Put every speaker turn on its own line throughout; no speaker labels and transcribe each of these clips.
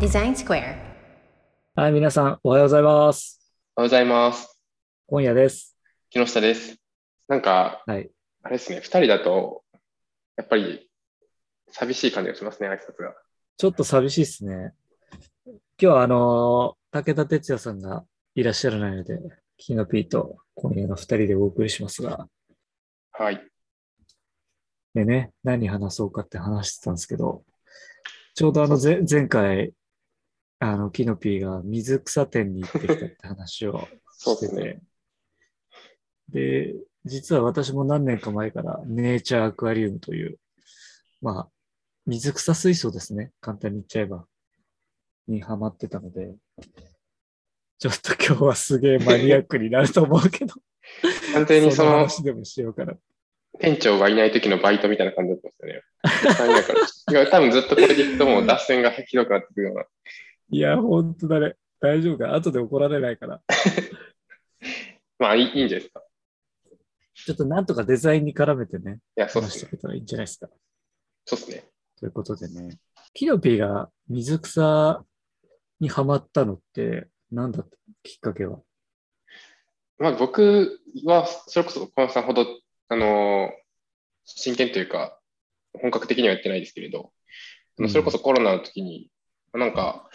Design Square
はい、皆さん、おはようございます。
おはようございます。
今夜です。
木下です。なんか、
はい
あれですね、2人だと、やっぱり寂しい感じがしますね、挨拶が。
ちょっと寂しいですね。今日は、あのー武田鉄矢さんがいらっしゃらないので、キノピーと今夜の二人でお送りしますが、
はい。
でね、何話そうかって話してたんですけど、ちょうどあの、ぜ前回、あの、キノピーが水草店に行ってきたって話を
そう
し
で
て
すね。
て、で、実は私も何年か前から、ネイチャーアクアリウムという、まあ、水草水槽ですね。簡単に言っちゃえば。にハマってたので、ちょっと今日はすげえマニアックになると思うけど、
完全にそ
の
の
話でもしようかな。
店長がいない時のバイトみたいな感じだったんですよね。3人だからいや多分ずっとこれでいくともう脱線がひどくなってくるような。
いや、ほんとだね。大丈夫か後で怒られないから。
まあいいいいんじゃないですか。
ちょっとなんとかデザインに絡めてね、
いや、そうで
話し
す
て
ね。
いけたらいいんじゃないですか。
そうですね。
ということでね、キノピーが水草にハマったのって何だったきっかけは。
まあ僕は、それこそ小松さんほど、あのー真剣というか、本格的にはやってないですけれど、あのそれこそコロナの時に、なんか、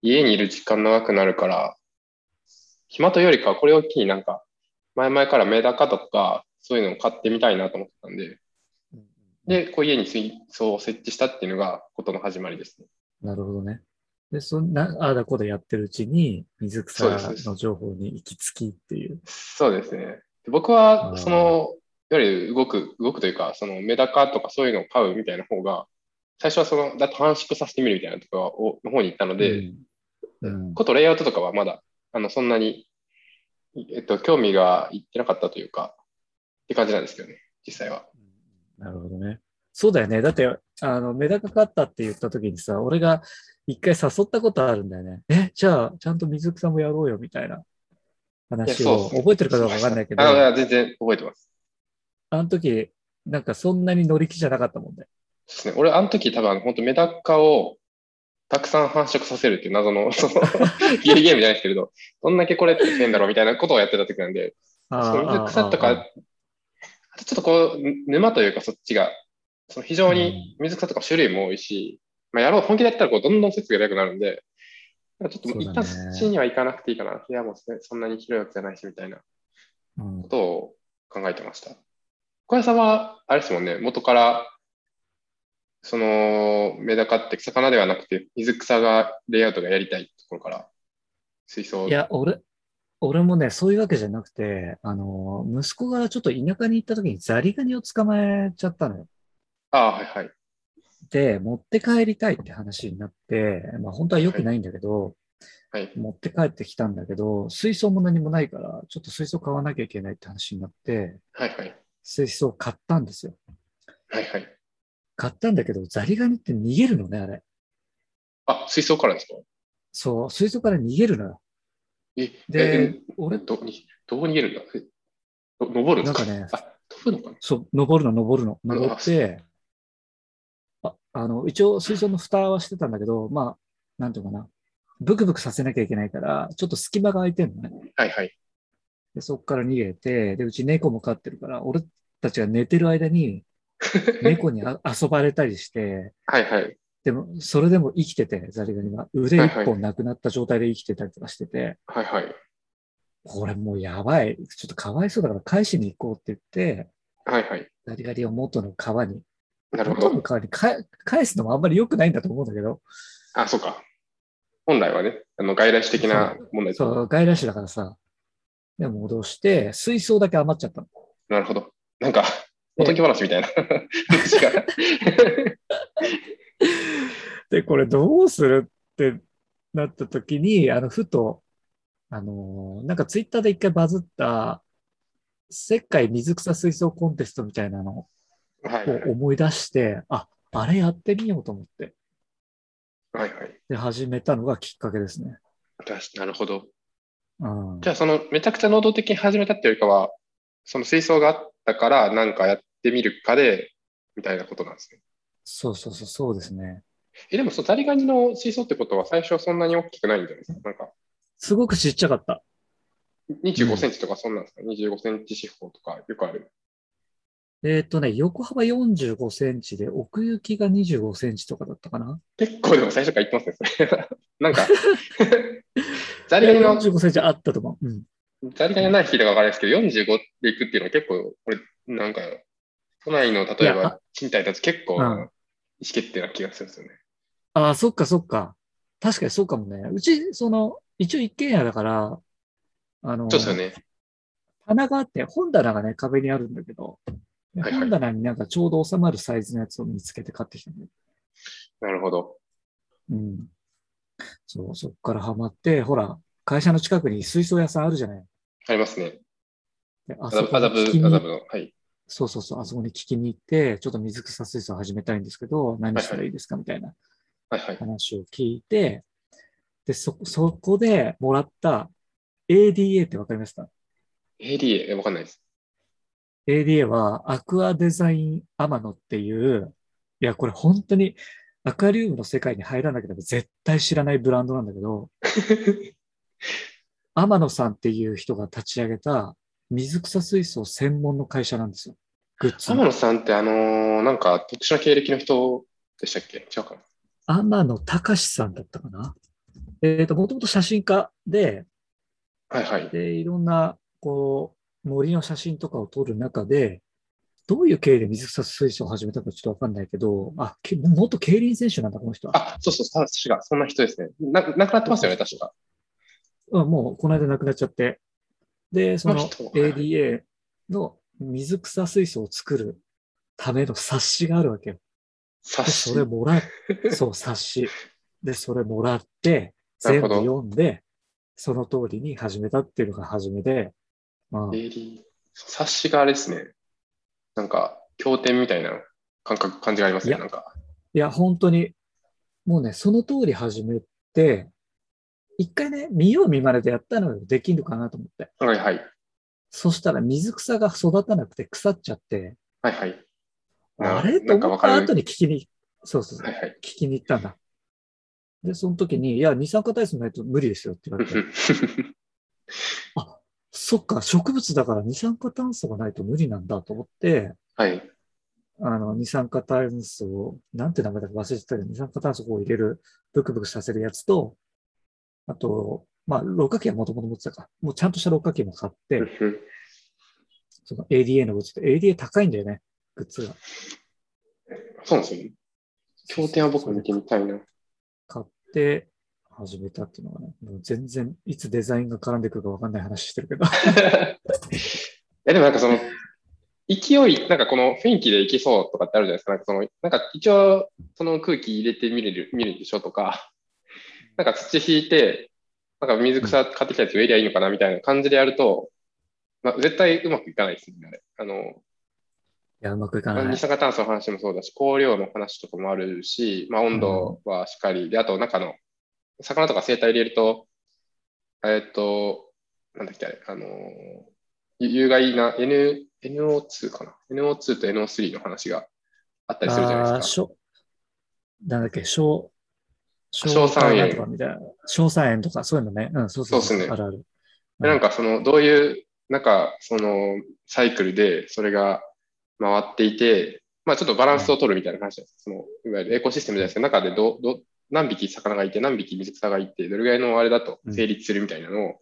家にいる時間長くなるから、暇というよりかはこれを機になんか、前々からメダカとか、そういうのを買ってみたいなと思ってたんで、で、こう家に水槽を設置したっていうのが、ことの始まりですね。
なるほどね。で、そんな、ああだこうだやってるうちに、水草
そうです
の情報に行き着きっていう。
そうですね。僕
うん
は、その、いわゆる動く、動くというか、そのメダカとかそういうのを飼うみたいな方が、最初はその、だって繁殖させてみるみたいなとかをの方に行ったので、
うん、うん
ことレイアウトとかはまだ、あの、そんなに、えっと、興味がいってなかったというか、って感じなんですけどね、実際は。
なるほどね。そうだよね。だって、あの、メダカ買ったって言った時にさ、俺が一回誘ったことあるんだよね。え、じゃあ、ちゃんと水草もやろうよ、みたいない
や
話
そう
を
っすね
覚えてるかどうかわかんないけど、
あい
あ
や全然覚えてます。
の時、なんかそんなに乗り気じゃなかったもんね。
そうですね。俺、あの時多分、本当メダカをたくさん繁殖させるっていう謎 の、その、ゲーゲームじゃないですけれど、どんだけこれって言ってんだろうみたいなことをやってた時なんで、
あ
そ
ー
う水草と
あー
か、あとちょっとこう、ぬ沼というかそっちが、その非常に水草とか種類も多いし、まあ、やろう、本気でやったらこうどんどん設備が良くなるんで、なんかちょっともう
そ
一
うだ
旦
ね
そっちには行かなくていいかな。部屋もそんなに広いわけじゃないしみたいな
あーうん
ことを考えてました。小林さんは、あれですもんね、元から、そのメダカって魚ではなくて、水草がレイアウトがやりたいところから、水槽を
いや、俺、俺もね、そういうわけじゃなくて、あの、息子がちょっと田舎に行った時にザリガニを捕まえちゃったのよ。
ああ、はいはい。
で、持って帰りたいって話になって、まあ本当は良くないんだけど、
はい。
持って帰ってきたんだけど、水槽も何もないから、ちょっと水槽買わなきゃいけないって話になって、
はいはい。
水槽買ったんですよ。
はいはい。
買ったんだけど、ザリガニって逃げるのね、あれ。
あ、水槽からですか
そう、水槽から逃げるのよ。
え、
で
え、
俺
え、ど、にどこに逃げるんだえ、ど登るんですか
なんかね
あ、飛ぶのかな
そう、登るの、登るの、
ん
登って、ああの、一応水槽の蓋はしてたんだけど、まあ、なんていうのかな、ブクブクさせなきゃいけないから、ちょっと隙間が空いてるのね。
はいはい。
で、そこから逃げて、で、うち猫も飼ってるから、俺たちが寝てる間に、猫にあ遊ばれたりして、
はいはい。
でも、それでも生きてて、ザリガニが。腕
はい
一
はい
本なくなった状態で生きてたりとかしてて、
はいはい。
これもうやばい。ちょっとかわいそうだから返しに行こうって言って、
はいはい。
ザリガニを元の川に
なるほ
元の
ど。
代わりにか返すのもあんまり良くないんだと思うんだけど、
あ、そうか。本来はね、あの外来種的な問題ですね
そう、外来種だからさ、でも戻して、水槽だけ余っちゃったの。
なるほど。なんか、おとぎ話みたいな。 違う
で、これどうするってなった時に、あの、ふと、あのーなんかツイッターで一回バズった、世界水草水槽コンテストみたいなのを
はいはい
思い出して、あ、あれやってみようと思って、
はいはい。
で、始めたのがきっかけですね。
確かなるほど。
うん
じ。ゃあ、その、めちゃくちゃ能動的に始めたっていうよりかは、その水槽があったから、なんかやってみるかで、みたいなことなんですね。
そうそうそう、そうですね。
え、でも、そうザリガニの水槽ってことは最初そんなに大きくないんじゃないですかなんか、
すごくちっちゃかった。
25センチとかそんなんですか、?25 センチ四方とかよくある。
えっ、とね、横幅45センチで、奥行きが25センチとかだったかな。
結構でも最初から言ってますね、それ。 な んか、ザリガニの、
45センチあったと思う。うん。
ザリガニのない日とかわからないですけど、45で行くっていうのは結構、これ、なんか、都内の例え
いや
ば賃貸だと結構、
うん
意思決定な気がするんですよね。
ああ、そっかそっか。確かにそうかもね。うち、その、一応一軒家だから、あの、
そうですよね。
棚があって、本棚がね、壁にあるんだけど、で
はいはい
本棚になんかちょうど収まるサイズのやつを見つけて買ってきたんだよ。
なるほど。
うん。そう、そっからハマって、ほら、会社の近くに水槽屋さんあるじゃない。
ありますね。
であ
ア
そ
ザ
こ
ブ、アザブ、
に聞きに
アザブの。はい。
そうそうそう、あそこに聞きに行って、ちょっと水草水槽始めたいんですけど、何したらいいですかみたいな
はいはい。
話を聞いて、で、そ、そこでもらった ADA ってわかりますか
ADA、えわかんないです。
ADA はアクアデザインアマノっていう、いや、これ本当にアクアリウムの世界に入らなければ絶対知らないブランドなんだけど、アマノさんっていう人が立ち上げた水草水槽専門の会社なんですよ。グッズの
天野さんって、あのーなんか特殊な経歴の人でしたっけ違うかな。
天野隆さんだったかな。えっ、と、もともと写真家で、
はいはい。
で、いろんな、こう、森の写真とかを撮る中で、どういう経緯で水草水槽を始めたかちょっとわかんないけど、あ、け元競輪選手なんだ、この人は。
あ、そうそう、確か、そんな人ですね。な、なくなってますよね、確か。
うんもう、この間亡くなっちゃって。で、その
この人はい
ADA の水草水槽を作るための冊子があるわけよ。
察
で、
し
それもらっ、そう、冊子。で、それもらって、
な
全
る
部
ほど
読んで、その通りに始めたっていうのが初めで、まあ、
AD、察しがあれですね。なんか、経典みたいな感覚、感じがあります
い
ね、
や
なんか。
いや、本当に、もうね、その通り始めて、一回ね、見よう見まねでやったのよ、できるかなと思って。
はいはい。
そしたら水草が育たなくて腐っちゃって、
はいはい。な
あれと
なんか
思
わ
っ
か
た
る
後に聞きに、そうそうそう
はいはい。
聞きに行ったんだ。で、その時に、いや、二酸化炭素ないと無理ですよって言われて、そっか、植物だから二酸化炭素がないと無理なんだと思って、
はい。
あの、二酸化炭素を、なんて名前だか忘れてたけど、二酸化炭素をこう入れる、ブクブクさせるやつと、あと、まあ、六角形はもともと持ってたか。もうちゃんとした六角形も買って、その ADA のグッズって、ADA 高いんだよね、グッズが。
そうなんですよね。経典は僕見てみたいな。
買って、始めたっていうのがね、もう全然、いつデザインが絡んでくるかわ かんない話してるけど。
え、でもなんかその、勢い、なんかこの雰囲気でいきそうとかってあるじゃないですか。なんかその、なんか一応、その空気入れてみる、見るでしょとか、なんか土引いて、なんか水草買ってきたやつ植えりゃいいのかなみたいな感じでやると、まあ、絶対うまくいかないですね、あれ。あの、
いや、うまくいか
まあ
な
二
い。
酸化炭素の話もそうだし、香料の話とかもあるし、まあ、温度はしっかり、で、あと、中の、魚とか生態入れると、えーっと、なんだっけ、あれ、あのーゆ有害な N、NO2 かな ?NO2 と NO3 の話があったりするじゃない
あ
で
あ、
す
しょ、なんだっけ、小、
小酸炎
なんとかみたいな。小酸炎とか、そういうのね。うん、そうそう
そうっすね
あるある。
か。でなんか、その、どういう、なんか、その、サイクルで、それが回っていて、まあ、ちょっとバランスを取るみたいな話なんです。その、いわゆるエコシステムじゃないですけど、中でど、ど、何匹魚がいて、何匹水草がいて、どれぐらいのあれだと
うん
成立するみたいなのを、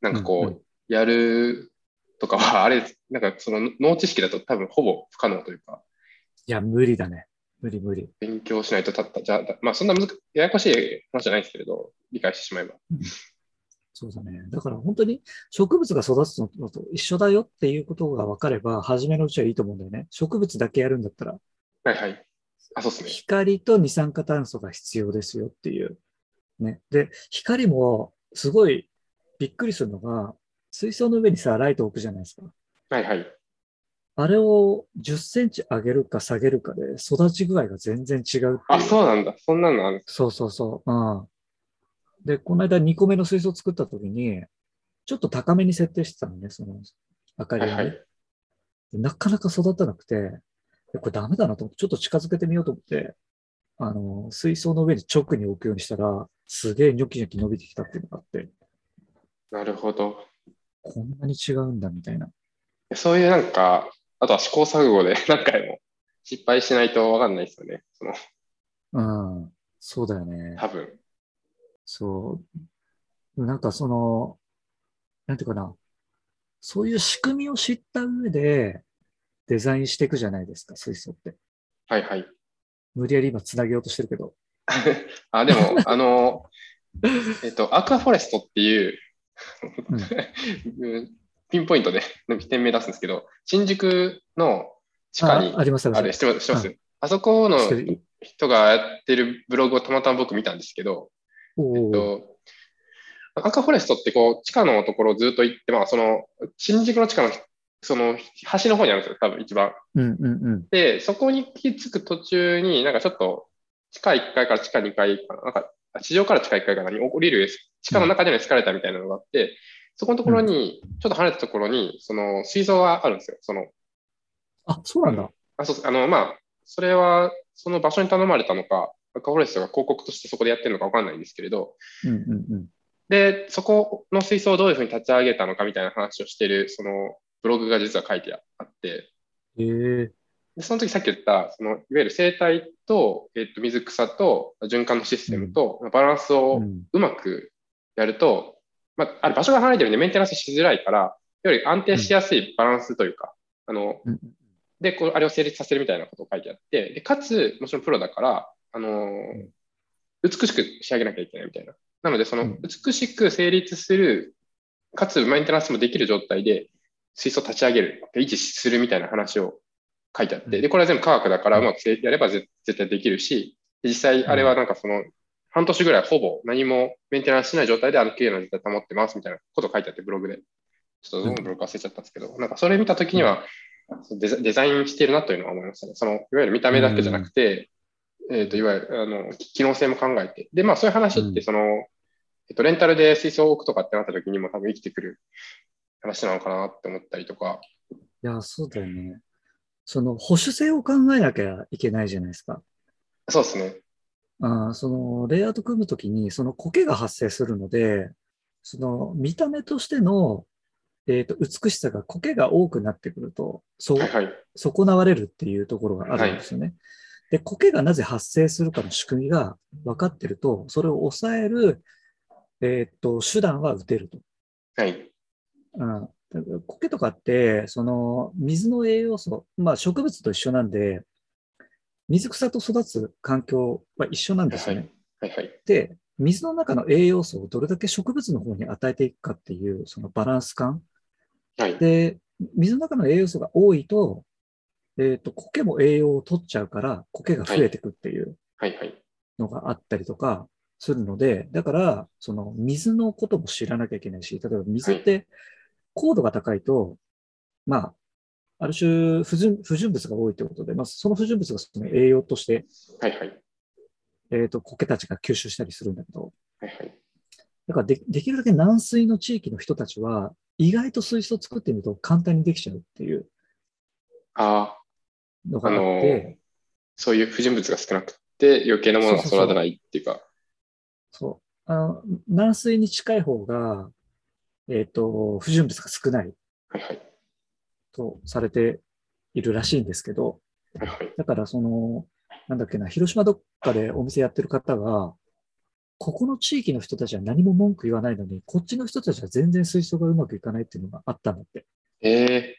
なんか
うんう
こう、やるとかは、 あれ、なんかその、脳知識だと多分ほぼ不可能というか、
いや、無理だね。無理無理。
勉強しないとたった、じゃあ、まあ、そんな難くややこしい話じゃないですけれど、理解してしまえば。
そうだね。だから本当に植物が育つのと一緒だよっていうことが分かれば、初めのうちはいいと思うんだよね。植物だけやるんだったら、
はいはい。あ、そうですね。
光と二酸化炭素が必要ですよっていう。ね。で、光もすごいびっくりするのが、水槽の上にさ、ライト置くじゃないですか。
はいはい。
あれを10センチ上げるか下げるかで育ち具合が全然違うってい
あ、
う。
そうなんだ。そんなのあるんです
そうそうそう。うん。で、この間2個目の水槽作った時に、ちょっと高めに設定してたのね、その明かり
ね。
を
は
ね、
いはい。
でなかなか育たなくて、でこれダメだなと思って、ちょっと近づけてみようと思って、あの、水槽の上に直に置くようにしたら、すげえニョキニョキ伸びてきたっていうのがあって、
なるほど。
こんなに違うんだみたいな。
そういうなんか、あとは試行錯誤で何回も失敗しないとわかんないですよね。その、
うん、そうだよね。
多分。
そう。なんかその、なんていうかな。そういう仕組みを知った上でデザインしていくじゃないですか、水素って。
はいはい。
無理やり今つなげようとしてるけど。
あ、でも、あの、えっと、アクアフォレストっていう、うんピンポイントで店名出すんですけど、新宿の地下に
あ、あります、あり
あ
ま
れ、
す。
知ってます、知ってますあそこの
知ってる
人がやってるブログをたまたま僕見たんですけど、
お
えっ
ー
と、アクアフォレストってこう、地下のところをずっと行って、まあ、その、新宿の地下の、その、端の方にあるんですよ、多分一番。
うんうんうん。
で、そこに行き着く途中に、なんかちょっと、地下1階から地下2階かな、なんか、地上から地下1階かなに降りる、地下の中でのエスカレーターみたいなのがあって、そこのところに、ちょっと離れたところに、その、水槽があるんですよ。その、
あ、そうなんだ。
あ、そうそう、あの、まあ、それは、その場所に頼まれたのか、アクアフォレストが広告としてそこでやってるのかわかんないんですけれど、
うんうんうん。
で、そこの水槽をどういうふうに立ち上げたのかみたいな話をしてる、その、ブログが実は書いてあって、
ええ
で、その時さっき言った、その、いわゆる生態と、えっと、水草と、循環のシステムと、バランスを
うん
うまくやると、まあ、あれ場所が離れてるんでメンテナンスしづらいから、より安定しやすいバランスというか、あの、
うん
で、こう、あれを成立させるみたいなことを書いてあって、で、かつ、もちろんプロだから、あのー
ん
美しく仕上げなきゃいけないみたいな。なので、そうの、
ん
美しく成立する、かつ、メンテナンスもできる状態で、水素立ち上げる、維持するみたいな話を書いてあっ
う
て、
ん
で、これは全部科学だから、うまくせやればぜ絶対できるし、で実際、あれはなんかその、半年ぐらいほぼ何もメンテナンスしない状態で、あの、綺麗な状態保ってますみたいなこと書いてあって、ブログで。ちょっとどのブログか忘れちゃったんですけど、なんかそれ見たときには、デザデザインしてるなというのは思いましたね。その、いわゆる見た目だけじゃなくて、えっ、と、いわゆる、あの、き機能性も考えて。で、まあ、そういう話っ
う
て、その、えっと、レンタルで水槽を置くとかってなった時にも多分生きてくる話なのかなって思ったりとか。
いや、そうだよね。その保守性を考えなきゃいけないじゃないですか。
そうですね。
あーそのレイアウト組むときに、その苔が発生するので、その見た目としての、えー、と美しさが苔が多くなってくると、そう
はいはい。
損なわれるっていうところがあるんですよね。で、苔がなぜ発生するかの仕組みが分かってると、それを抑える、えー、と手段は打てると。
はい。
うん、だから苔とかって、その水の栄養素、まあ植物と一緒なんで、水草と育つ環境は一緒なんですよね。
はいはい。
で、水の中の栄養素をどれだけ植物の方に与えていくかっていう、そのバランス感。
はい。
で、水の中の栄養素が多いと、えっ、と、苔も栄養を取っちゃうから、苔が増えてくっていう
はいはい。
のがあったりとかするので、だから、その水のことも知らなきゃいけないし、例えば水って高度が高いと、まあ、ある種不純、不純物が多いということで、まあ、その不純物がその栄養として、
はいはい。
えっ、と、苔たちが吸収したりするんだけど、
はいはい。
だからでできるだけ軟水の地域の人たちは、意外と水槽を作ってみると簡単にできちゃうっていう
ああ、
のがあって、
あのーそういう不純物が少なくて余計なものが育たないっていうか。
そうあの軟水に近い方が、えっ、と、不純物が少ない
はいはい。
とされているらしいんですけど、
はいはい。
だからその、なんだっけな、広島どっかでお店やってる方が、ここの地域の人たちは何も文句言わないのに、こっちの人たちは全然水槽がうまくいかないっていうのがあったんだって。
ええ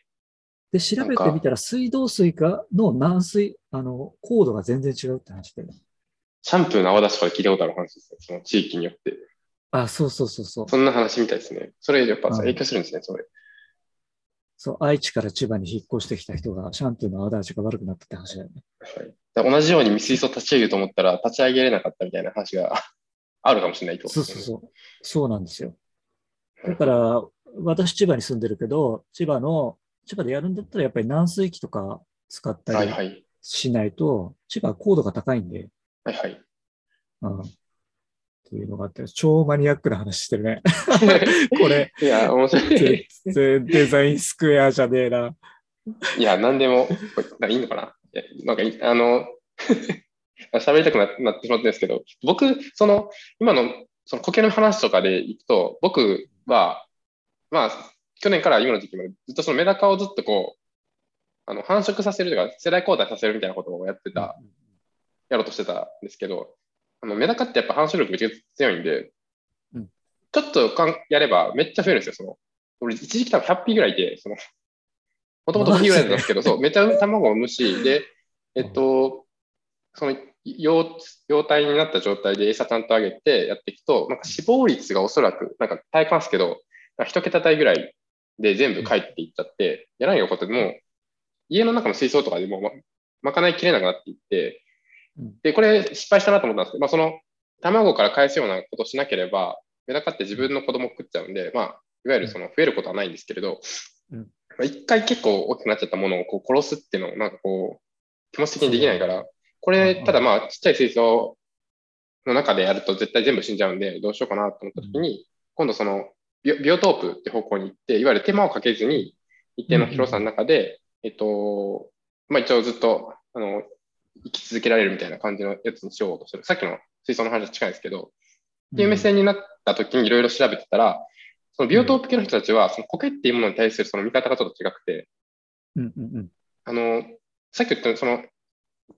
で、調べてみたら、水道水がの軟水、あの、高度が全然違うって話で。
シャンプーの泡出しとか聞いたことある話ですね。その地域によって。
あ、そうそうそうそう。
そんな話みたいですね。それやっぱ
うん
影響するんですね、それ。
そう、愛知から千葉に引っ越してきた人が、シャンプーの泡立ちが悪くなったって話だよね。
はい、だから同じように水槽立ち上げると思ったら立ち上げれなかったみたいな話があるかもしれないってこ
そ
と
う
です
そ
ね。
うそう。そうなんですよ。だから、私千葉に住んでるけど、千葉の、千葉でやるんだったらやっぱり軟水器とか使っ
は
た
い
り
はい。
しないと、千葉は高度が高いんで、
はいはい。
うん。っていうのがあって、超マニアックな話してるね。こ れ、
いや、面白 い
全。然デザインスクエアじゃねえな。
いや、なんでも、これなんかいいのかないやなんかいい、あの、 喋りたくななってしまってるんですけど、僕、その、今の、その苔の話とかでいくと、僕は、まあ、去年から今の時期までずっとそのメダカをずっとこう、あの繁殖させるとか、世代交代させるみたいなことをやってた、やろうとしてたんですけど、あのメダカってやっぱ繁殖力めっちゃ強いんで、
うん
ちょっとかんやればめっちゃ増えるんですよ、その。俺、一時期多分100匹ぐらいいて、その、もともと
マジで
匹ぐらいだったんですけど、 そう、めっちゃ卵を産むし、で、えっと、その、幼幼体になった状態で餌ちゃんとあげてやっていくと、なんか死亡率がおそらく、なんか体感ですけど、なんか一桁台ぐらいで全部帰っていっちゃって、やらないことでも、家の中の水槽とかでもうままかないきれなくなっていって
うん、
で、これ失敗したなと思ったんですけど、まあ、その卵から返すようなことしなければ、メダカって自分の子供を食っちゃうんで、まあ、いわゆるその増えることはないんですけれど、
うん
まあ一回結構大きくなっちゃったものをこう殺すっていうのをなんかこう、気持ち的にできないから、
う
こ
んう
れ、
ん
ただまあ、ちっちゃい水槽の中でやると絶対全部死んじゃうんで、どうしようかなと思った時に、今度そのビオ、ビオトープって方向に行って、いわゆる手間をかけずに、一定の広さの中で、えっと、まあ一応ずっと、あの、生き続けられるみたいな感じのやつにしようとしてる。さっきの水槽の話と近いですけど、っていう目線になった時にいろいろ調べてたら、そのビオトープ系の人たちは、その苔っていうものに対するその見方がちょっと違くて、
うんうんうん。
あの、さっき言ったようにその、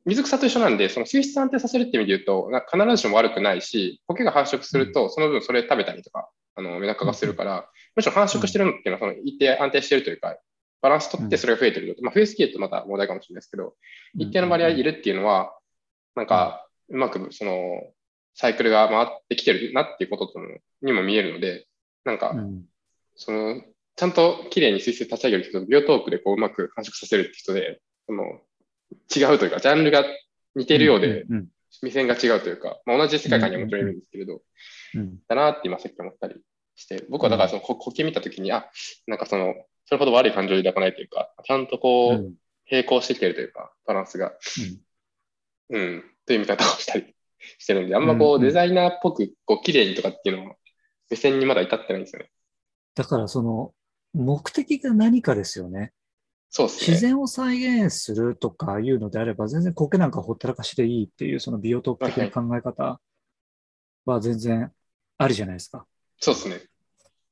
水草と一緒なんで、その水質安定させるっていう意味で言うと、な必ずしも悪くないし、苔が繁殖すると、その分それ食べたりとか、あの、メダカがするから、むしろ繁殖してるのっていうのは、その一定安定してるというか、バランス取ってそれが増えてるよと。まあ、増えすぎるとまた問題かもしれないですけど、一定の割合いるっていうのは、なんか、うまく、その、サイクルが回ってきてるなっていうことともにも見えるので、なんか
う、ん。
その、ちゃんと綺麗に水星立ち上げる人とビオトープでこううまく繁殖させるって人で、その、違うというか、ジャンルが似ているようで、
うん。
目線が違うというか、まあ、同じ世界観にはもちろんいるんですけれど、
うん。
だなって今さっき思ったりして、僕はだからその、こ苔見たときに、あ、なんかその、それほど悪い感情を抱かないというか、ちゃんとこ
う
う、
ん
並行してきてるというか、バランスが、うん、という見方をしたりしてるんで、あんまこ
う
う、
んうん
デザイナーっぽく、こう、綺麗にとかっていうのは、目線にまだ至ってないんですよね。
だからその、目的が何かですよね。
そうですね。
自然を再現するとかいうのであれば、全然苔なんかほったらかしでいいっていう、そのビオトープ的な考え方は全然ありじゃないですか。
そうですね。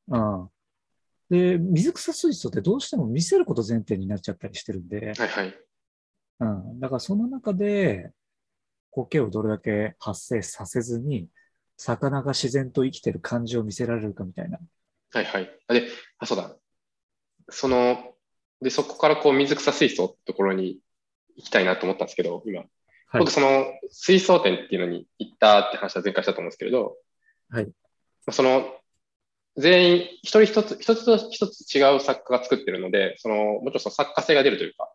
うん。で、水草水槽ってどうしても見せること前提になっちゃったりしてるんで、
はいはい。
うん。だからその中で、苔をどれだけ発生させずに、魚が自然と生きてる感じを見せられるかみたいな。
はいはい。あで、あ、そうだ。その、で、そこからこう水草水槽ってところに行きたいなと思ったんですけど、今。
はい
僕、その水槽店っていうのに行ったって話は前回したと思うんですけれど、
はい
まあその、全員、一人一つ、一つと一つ違う作家が作ってるので、その、もちろんその作家性が出るというか、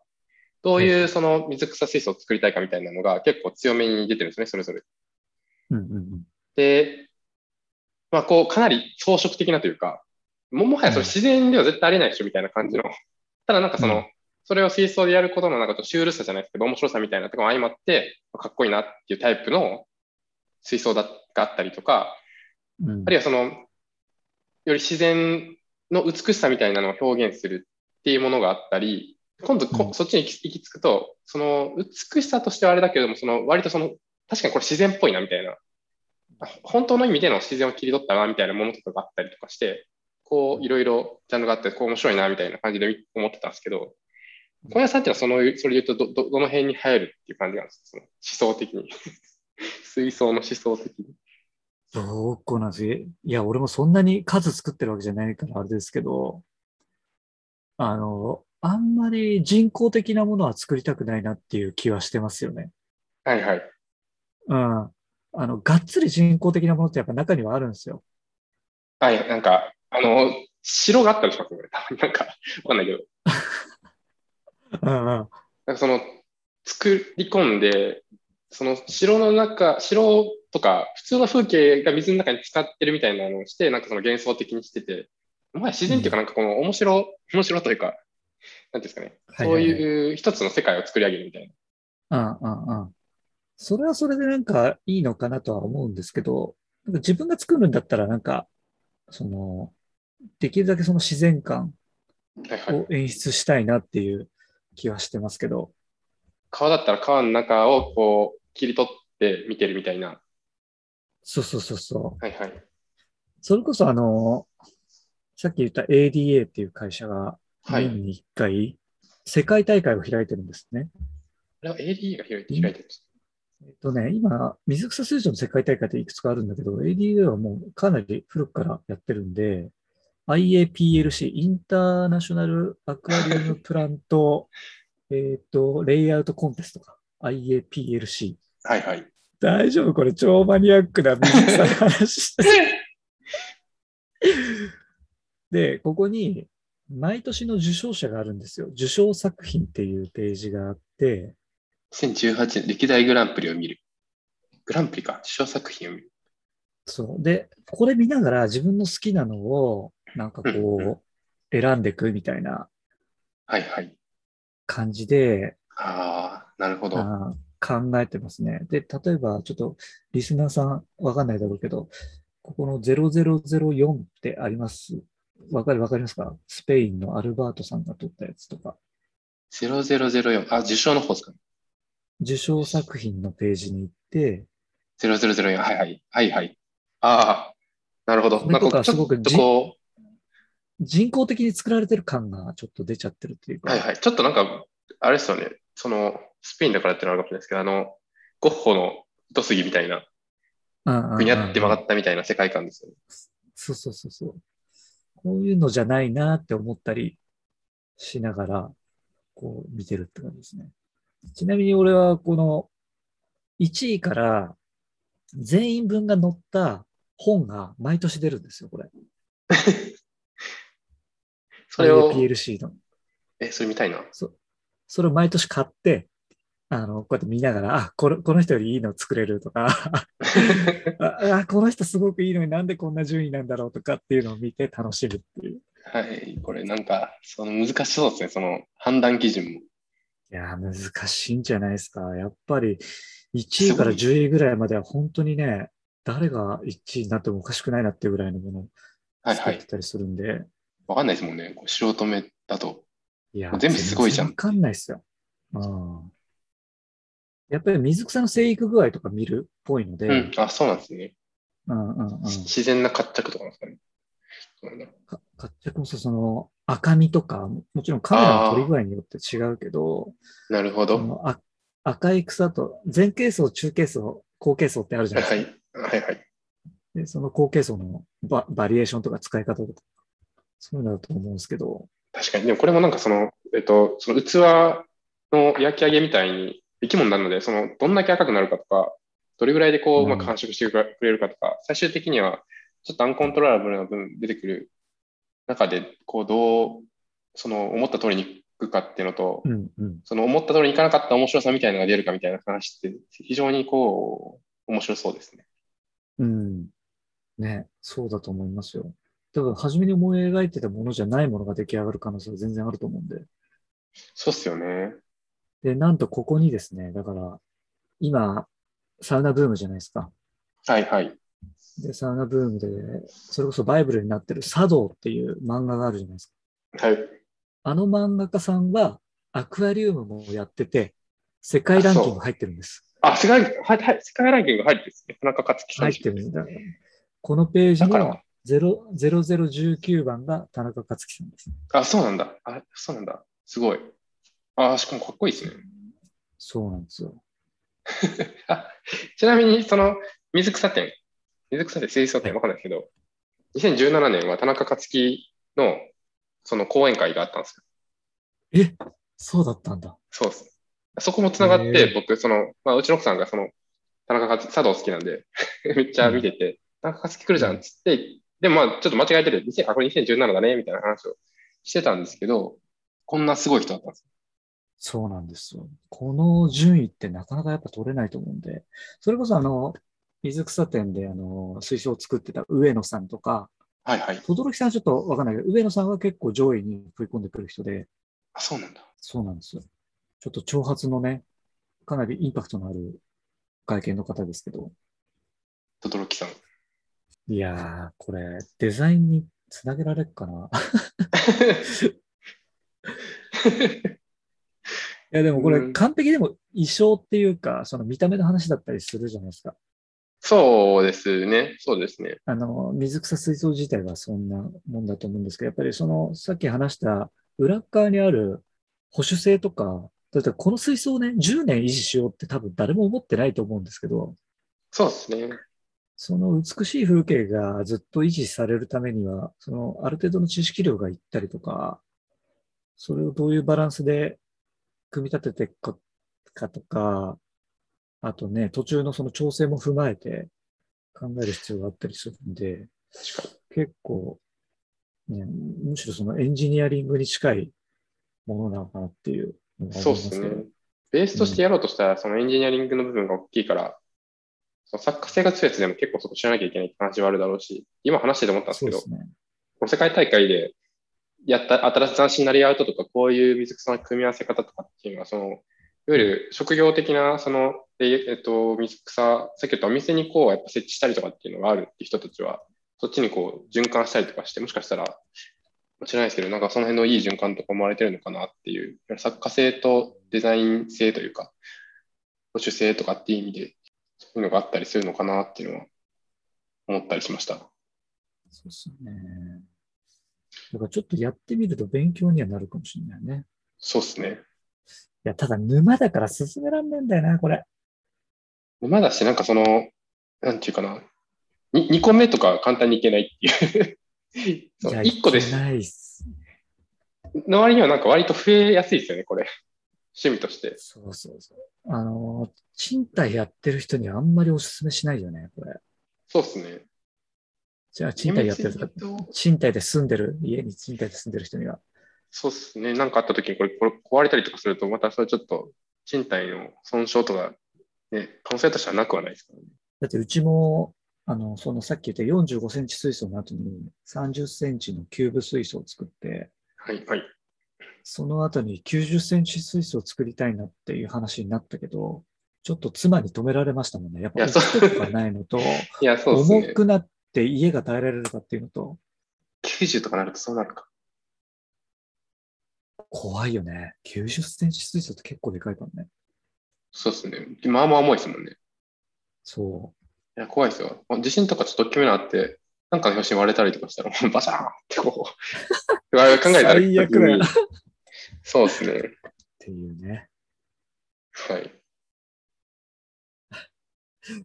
どういうその水草水槽を作りたいかみたいなのが結構強めに出てるんですね、それぞれ。
うんうんうん。
で、まあ、こう、かなり装飾的なというか、も、もはやそれ自然では絶対ありえないでしょみたいな感じの。ただなんかそうの、それを水槽でやることのなんかちょっとシュールさじゃないですけど、面白さみたいなとこも相まって、かっこいいなっていうタイプの水槽だがあったりとか、
うん
あるいはその、より自然の美しさみたいなのを表現するっていうものがあったり、今度こ、
うん
そっちに行き行き着くと、その美しさとしてはあれだけれども、その割とその、確かにこれ自然っぽいなみたいな、あ本当の意味での自然を切り取ったなみたいなものとかがあったりとかして、こういろいろジャンルがあって、こう面白いなみたいな感じで思ってたんですけど、小屋さんっていうのはその、それで言うとど、ど、どの辺に入るっていう感じなんですかその思想的に。 水槽の思想的に。
どこなんですいや、俺もそんなに数作ってるわけじゃないからあれですけど、あの、あんまり人工的なものは作りたくないなっていう気はしてますよね。
はいはい。
うん。あの、がっつり人工的なものってやっぱ中にはあるんですよ。
はい、なんか、あの、城があったりしますよね。たまになんか、わかんないけど。
うんうん。
なんかその、作り込んで、その城の中、城とか、普通の風景が水の中に使ってるみたいなのをして、なんかその幻想的にしてて、もはや自然っていうか、なんかこの面白、面白というか、なんていうんですかね、
はい
そう
はいはい
いう一つの世界を作り上げるみたい
うんうんうん。それはそれでなんかいいのかなとは思うんですけど、なんか自分が作るんだったらなんか、その、できるだけその自然感
な。はいはい。
を演出したいなっていう気はしてますけど、
川だったら川の中をこう切り取ってで見てるみたいな。
そうそうそうそう。
はいはい。
それこそあの、さっき言った ADA っていう会社が
はい
年に1回世界大会を開いてるんですね。
あれは ADA が開いて、開いてるんです。
えっとね、今、水草水上の世界大会っていくつかあるんだけど、ADA はもうかなり古くからやってるんで、IAPLC、インターナショナルアクアリウムプラント、えっと、レイアウトコンテストか、IAPLC。
はいはい。
大丈夫これ超マニアックな水草の話 してで、ここに毎年の受賞者があるんですよ。受賞作品っていうページがあって、
2018年、歴代グランプリを見る。グランプリか、受賞作品を見る。
そう。で、これ見ながら自分の好きなのを、なんか
うんう
こう、選んでいくみたいな
はいはい。
感じで、
ああ、なるほど。
あー考えてますね。で、例えば、ちょっと、リスナーさん、わかんないだろうけど、ここの0004ってあります。わかるわかりますかスペインのアルバートさんが撮ったやつとか、
0004。あ、受賞の方ですかね。
受賞作品のページに行って、
0004。はいはい。はいはい。ああ、なるほど。
これとか
まあこうち
すごく
ょっとこ
人工的に作られてる感がちょっと出ちゃってるっていう
う、
か、
はいはい。ちょっとなんか、あれですよね。その、スペインだからってのはあるかもしれないですけど、あの、ゴッホのドスギみたいな、
うんうんうん
ぐにゃって曲がったみたいな世界観ですよね。
そうそうそうそう。こういうのじゃないなって思ったりしながら、こう見てるって感じですね。ちなみに俺はこの1位から全員分が載った本が毎年出るんですよ、これ。
それを、
PLC の。
え、それ見たいな。
そそれを毎年買って、あの、こうやって見ながら、あ、これこの人よりいいの作れると か、ああ、この人すごくいいのになんでこんな順位なんだろうとかっていうのを見て楽しむっていう。
はい、これなんか、その難しそうですね、その判断基準も。
いやー、難しいんじゃないですか。やっぱり1位から10位ぐらいまでは本当にね、誰が1位になってもおかしくないなっていうぐらいのものを
はいは
作っ
い
て。たりするんで、い
わかんないですもんね、こう素人目だと。
や
も
ー、
う全部すごいじゃん
全然わかんないですよ。うん。やっぱり水草の生育具合とか見るっぽいので、
うん、あ、そうなんですね。
うんうんうん、
し自然な活着とかなんですかね。どうなんだろう
か活着もそうその赤みとか、ももちろんカメラの撮り具合によって違うけど、
なるほ
そ
ど。は
のあ赤い草と前傾層、中傾層、後傾層ってあるじゃ
い
ないです
は
か。
い。はいはい。
でその後継層のババリエーションとか使い方とか、そういうのだと思うんですけど、
確かに。でもこれもなんかその、えっと、その器の焼き上げみたいに生き物になるので、その、どんだけ赤くなるかとか、どれぐらいでこう、
う
うんまく繁殖してくれるかとか、最終的には、ちょっとアンコントローラブルな分出てくる中で、こう、どう、その、思った通りにいくかっていうのと
う、んうん。
その思った通りにいかなかった面白さみたいなのが出るかみたいな話って非常にこう面白そうですね。
うん。ね、そうだと思いますよ。多分、初めに思い描いてたものじゃないものが出来上がる可能性は全然あると思うんで。
そうっすよね。
で、なんとここにですね、だから、今、サウナブームじゃないですか。
はいはい。
で、サウナブームで、それこそバイブルになってる茶道っていう漫画があるじゃないですか。
はい。
あの漫画家さんは、アクアリウムもやってて、世界ランキング入ってるんです。
あ、世界、はい、はい、世界ランキングが入ってるんですね。田中克樹さん。
入ってるんだ。このページ
だか
の
ら
0 0019番が田中克樹さんです。
あ、そうなんだ。あ、そうなんだ。すごい。あ、しかもかっこいいですね。
そうなんですよ。
あ、ちなみにその水草店、水草店、水草店わかんないですけど、2017年は田中克樹のその講演会があったんですよ。
え、そうだったんだ。
そうです。そこもつながっ
へ
て
え、
僕、その、まあ、うちの奥さんが、その、田中克樹、茶道好きなんで、 めっちゃ見てて、田中克樹来るじゃんっつって、でもまあ、ちょっと間違えてる。2000あ、これ2017だね、みたいな話をしてたんですけど、こんなすごい人だったんです。
そうなんですよ。この順位ってなかなかやっぱ取れないと思うんで、それこそあの、水草店であの、水槽を作ってた上野さんとか、
はいはい。
轟さんはちょっとわかんないけど、上野さんは結構上位に食い込んでくる人で、
あ、そうなんだ。
そうなんですよ。ちょっと挑発のね、かなりインパクトのある外見の方ですけど、
とどろきさん。
いやー、これ、デザインにつなげ られるかな。や、でもこ
う
れ
ん
完璧でも衣装っていうか、その見た目の話だったりするじゃないですか。
そうですね。そうですね。
あの、水草水槽自体はそんなもんだと思うんですけど、やっぱりその、さっき話した裏側にある保守性とか、だってこの水槽をね、10年維持しようって多分誰も思ってないと思うんですけど、
そうですね。
その美しい風景がずっと維持されるためには、そのある程度の知識量がいったりとか、それをどういうバランスで組み立てていくかかとか、あとね、途中のその調整も踏まえて考える必要があったりするんで、結構、ね、むしろそのエンジニアリングに近いものなのかなっていうのが思い
そう
ま
です
け
す
ど。
ね。ベースとしてやろうとしたら、そのエンジニアリングの部分が大きいから、その作家性が強いやつでも結構そこ知らなきゃいけないって話はあるだろうし、今話してて思ったんです
そう
け
で
ど、
すね。
この世界大会でやった新しい斬新なレイアウトとか、こういう水草の組み合わせ方とかっていうのは、その、いわゆる職業的な、その、えーえっと、水草、さっき言ったお店にこう、やっぱ設置したりとかっていうのがあるって人たちは、そっちにこう、循環したりとかして、もしかしたら、知らないですけど、なんかその辺のいい循環とか生まれてるのかなっていう、作家性とデザイン性というか、保守性とかっていう意味で、そういうのがあったりするのかなっていうのは、思ったりしました。
そうですよね。だからちょっとやってみると勉強にはなるかもしれないね。
そうですね。
いや、ただ沼だから進めらんねえんだよな、これ。
まだし、なんかその、なんていうかな、に2個目とか簡単にいけないって いう。そう
いや
1個で
い
す
け。ないっす。
の割にはなんか割と増えやすいですよね、これ。趣味として。
そうそうそう。あのー、賃貸やってる人にはあんまりおすすめしないよね、これ。
そうですね。
じゃあ、賃貸やってるとか、
厳密に言うと
賃貸で住んでる、家に賃貸で住んでる人には。
そうですね。なんかあった時にこれこれ壊れたりとかすると、またそれちょっと賃貸の損傷とか、ね、可能性としてはなくはないですからね。
だって、うちも、あの、そのさっき言った45センチ水槽の後に30センチのキューブ水槽を作って、
はい、はい。
その後に90センチ水槽を作りたいなっていう話になったけど、ちょっと妻に止められましたもんね。やっ
い
ぱ
やそう
置くとこがないのと、
いや、 そうです
重
ね。
くなって家が耐えられるかっていうのと、
90とかなるとそうなるか。
怖いよね。90センチ水槽って結構でかいからね。
そうですね。まあまあ重いですもんね。
そ
いや、怖いですよ。地震とかちょっと大きめのあって、なんかの表紙割れたりとかしたら、 もうバシャーンってこう。あれ考えたら、
最悪だよ
逆に そうですね。
う。っていうね。
はい。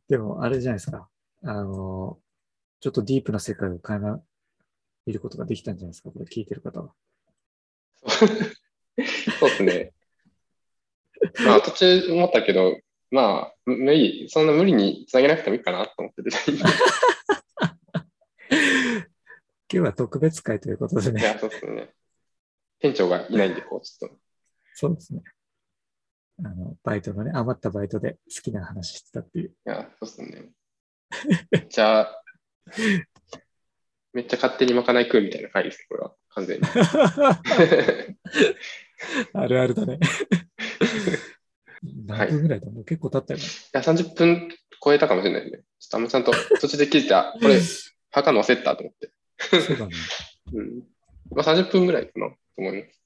でも、あれじゃないですか。あの、ちょっとディープな世界を垣間見ることができたんじゃないですか。これ聞いてる方は。
そうですね。まあ、途中思ったけど、まあ、む無理、そんな無理につなげなくてもいいかなと思ってて。 い
今日は特別会ということでね。
や、そうですね。店長がいないんで、こう、ちょっと。
そうですね。あの、バイトのね、余ったバイトで好きな話してたっていう。
いや、そうっすね。めっちゃ、めっちゃ勝手にまかない食うみたいな回ですね、これは。完全に。
あるあるだ ね。何分ぐらいだもう結構経ったよね。
いや、30分超えたかもしれないですね。ちょっとあんまちゃんと途中で気づいた、これ、測るの忘れてたと思って。
そうだね。
うん。まあ、30分ぐらいかなと思います。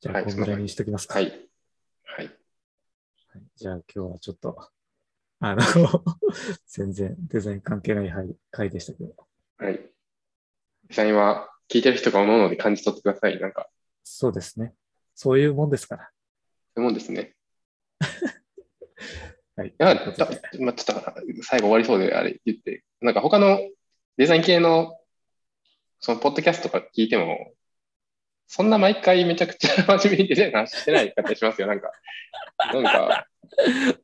じゃ
は
あ、
い
こんぐらいにしときますか。
はい。はい。
はいじゃあ今日はちょっと、あの、 全然デザイン関係ない回回でしたけど。
はい。実際は、聞いてる人が思うので感じ取ってください。なんか、
そうですね。そういうもんですから。
そういうもんですね。
はい。
いや、
というこ
た
とで
まあ、ちょっと、最後終わりそうで、あれ言って、なんか他のデザイン系の、その、ポッドキャストとか聞いても、そんな毎回めちゃくちゃ真面目にデザインの話してない方しますよ。なんか、なんか、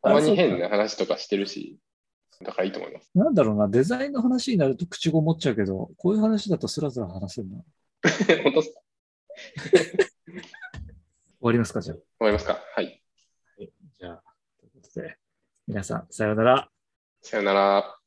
たまに変な話とかしてるし、だからいいと思います。
なんだろうな、デザインの話になると口ごもっちゃうけど、こういう話だとスラスラ話せるな。終
本当っすか
わりますか、じゃあ。
思いますかはい。
じゃあ、ということで、皆さん、さようなら。
さよなら。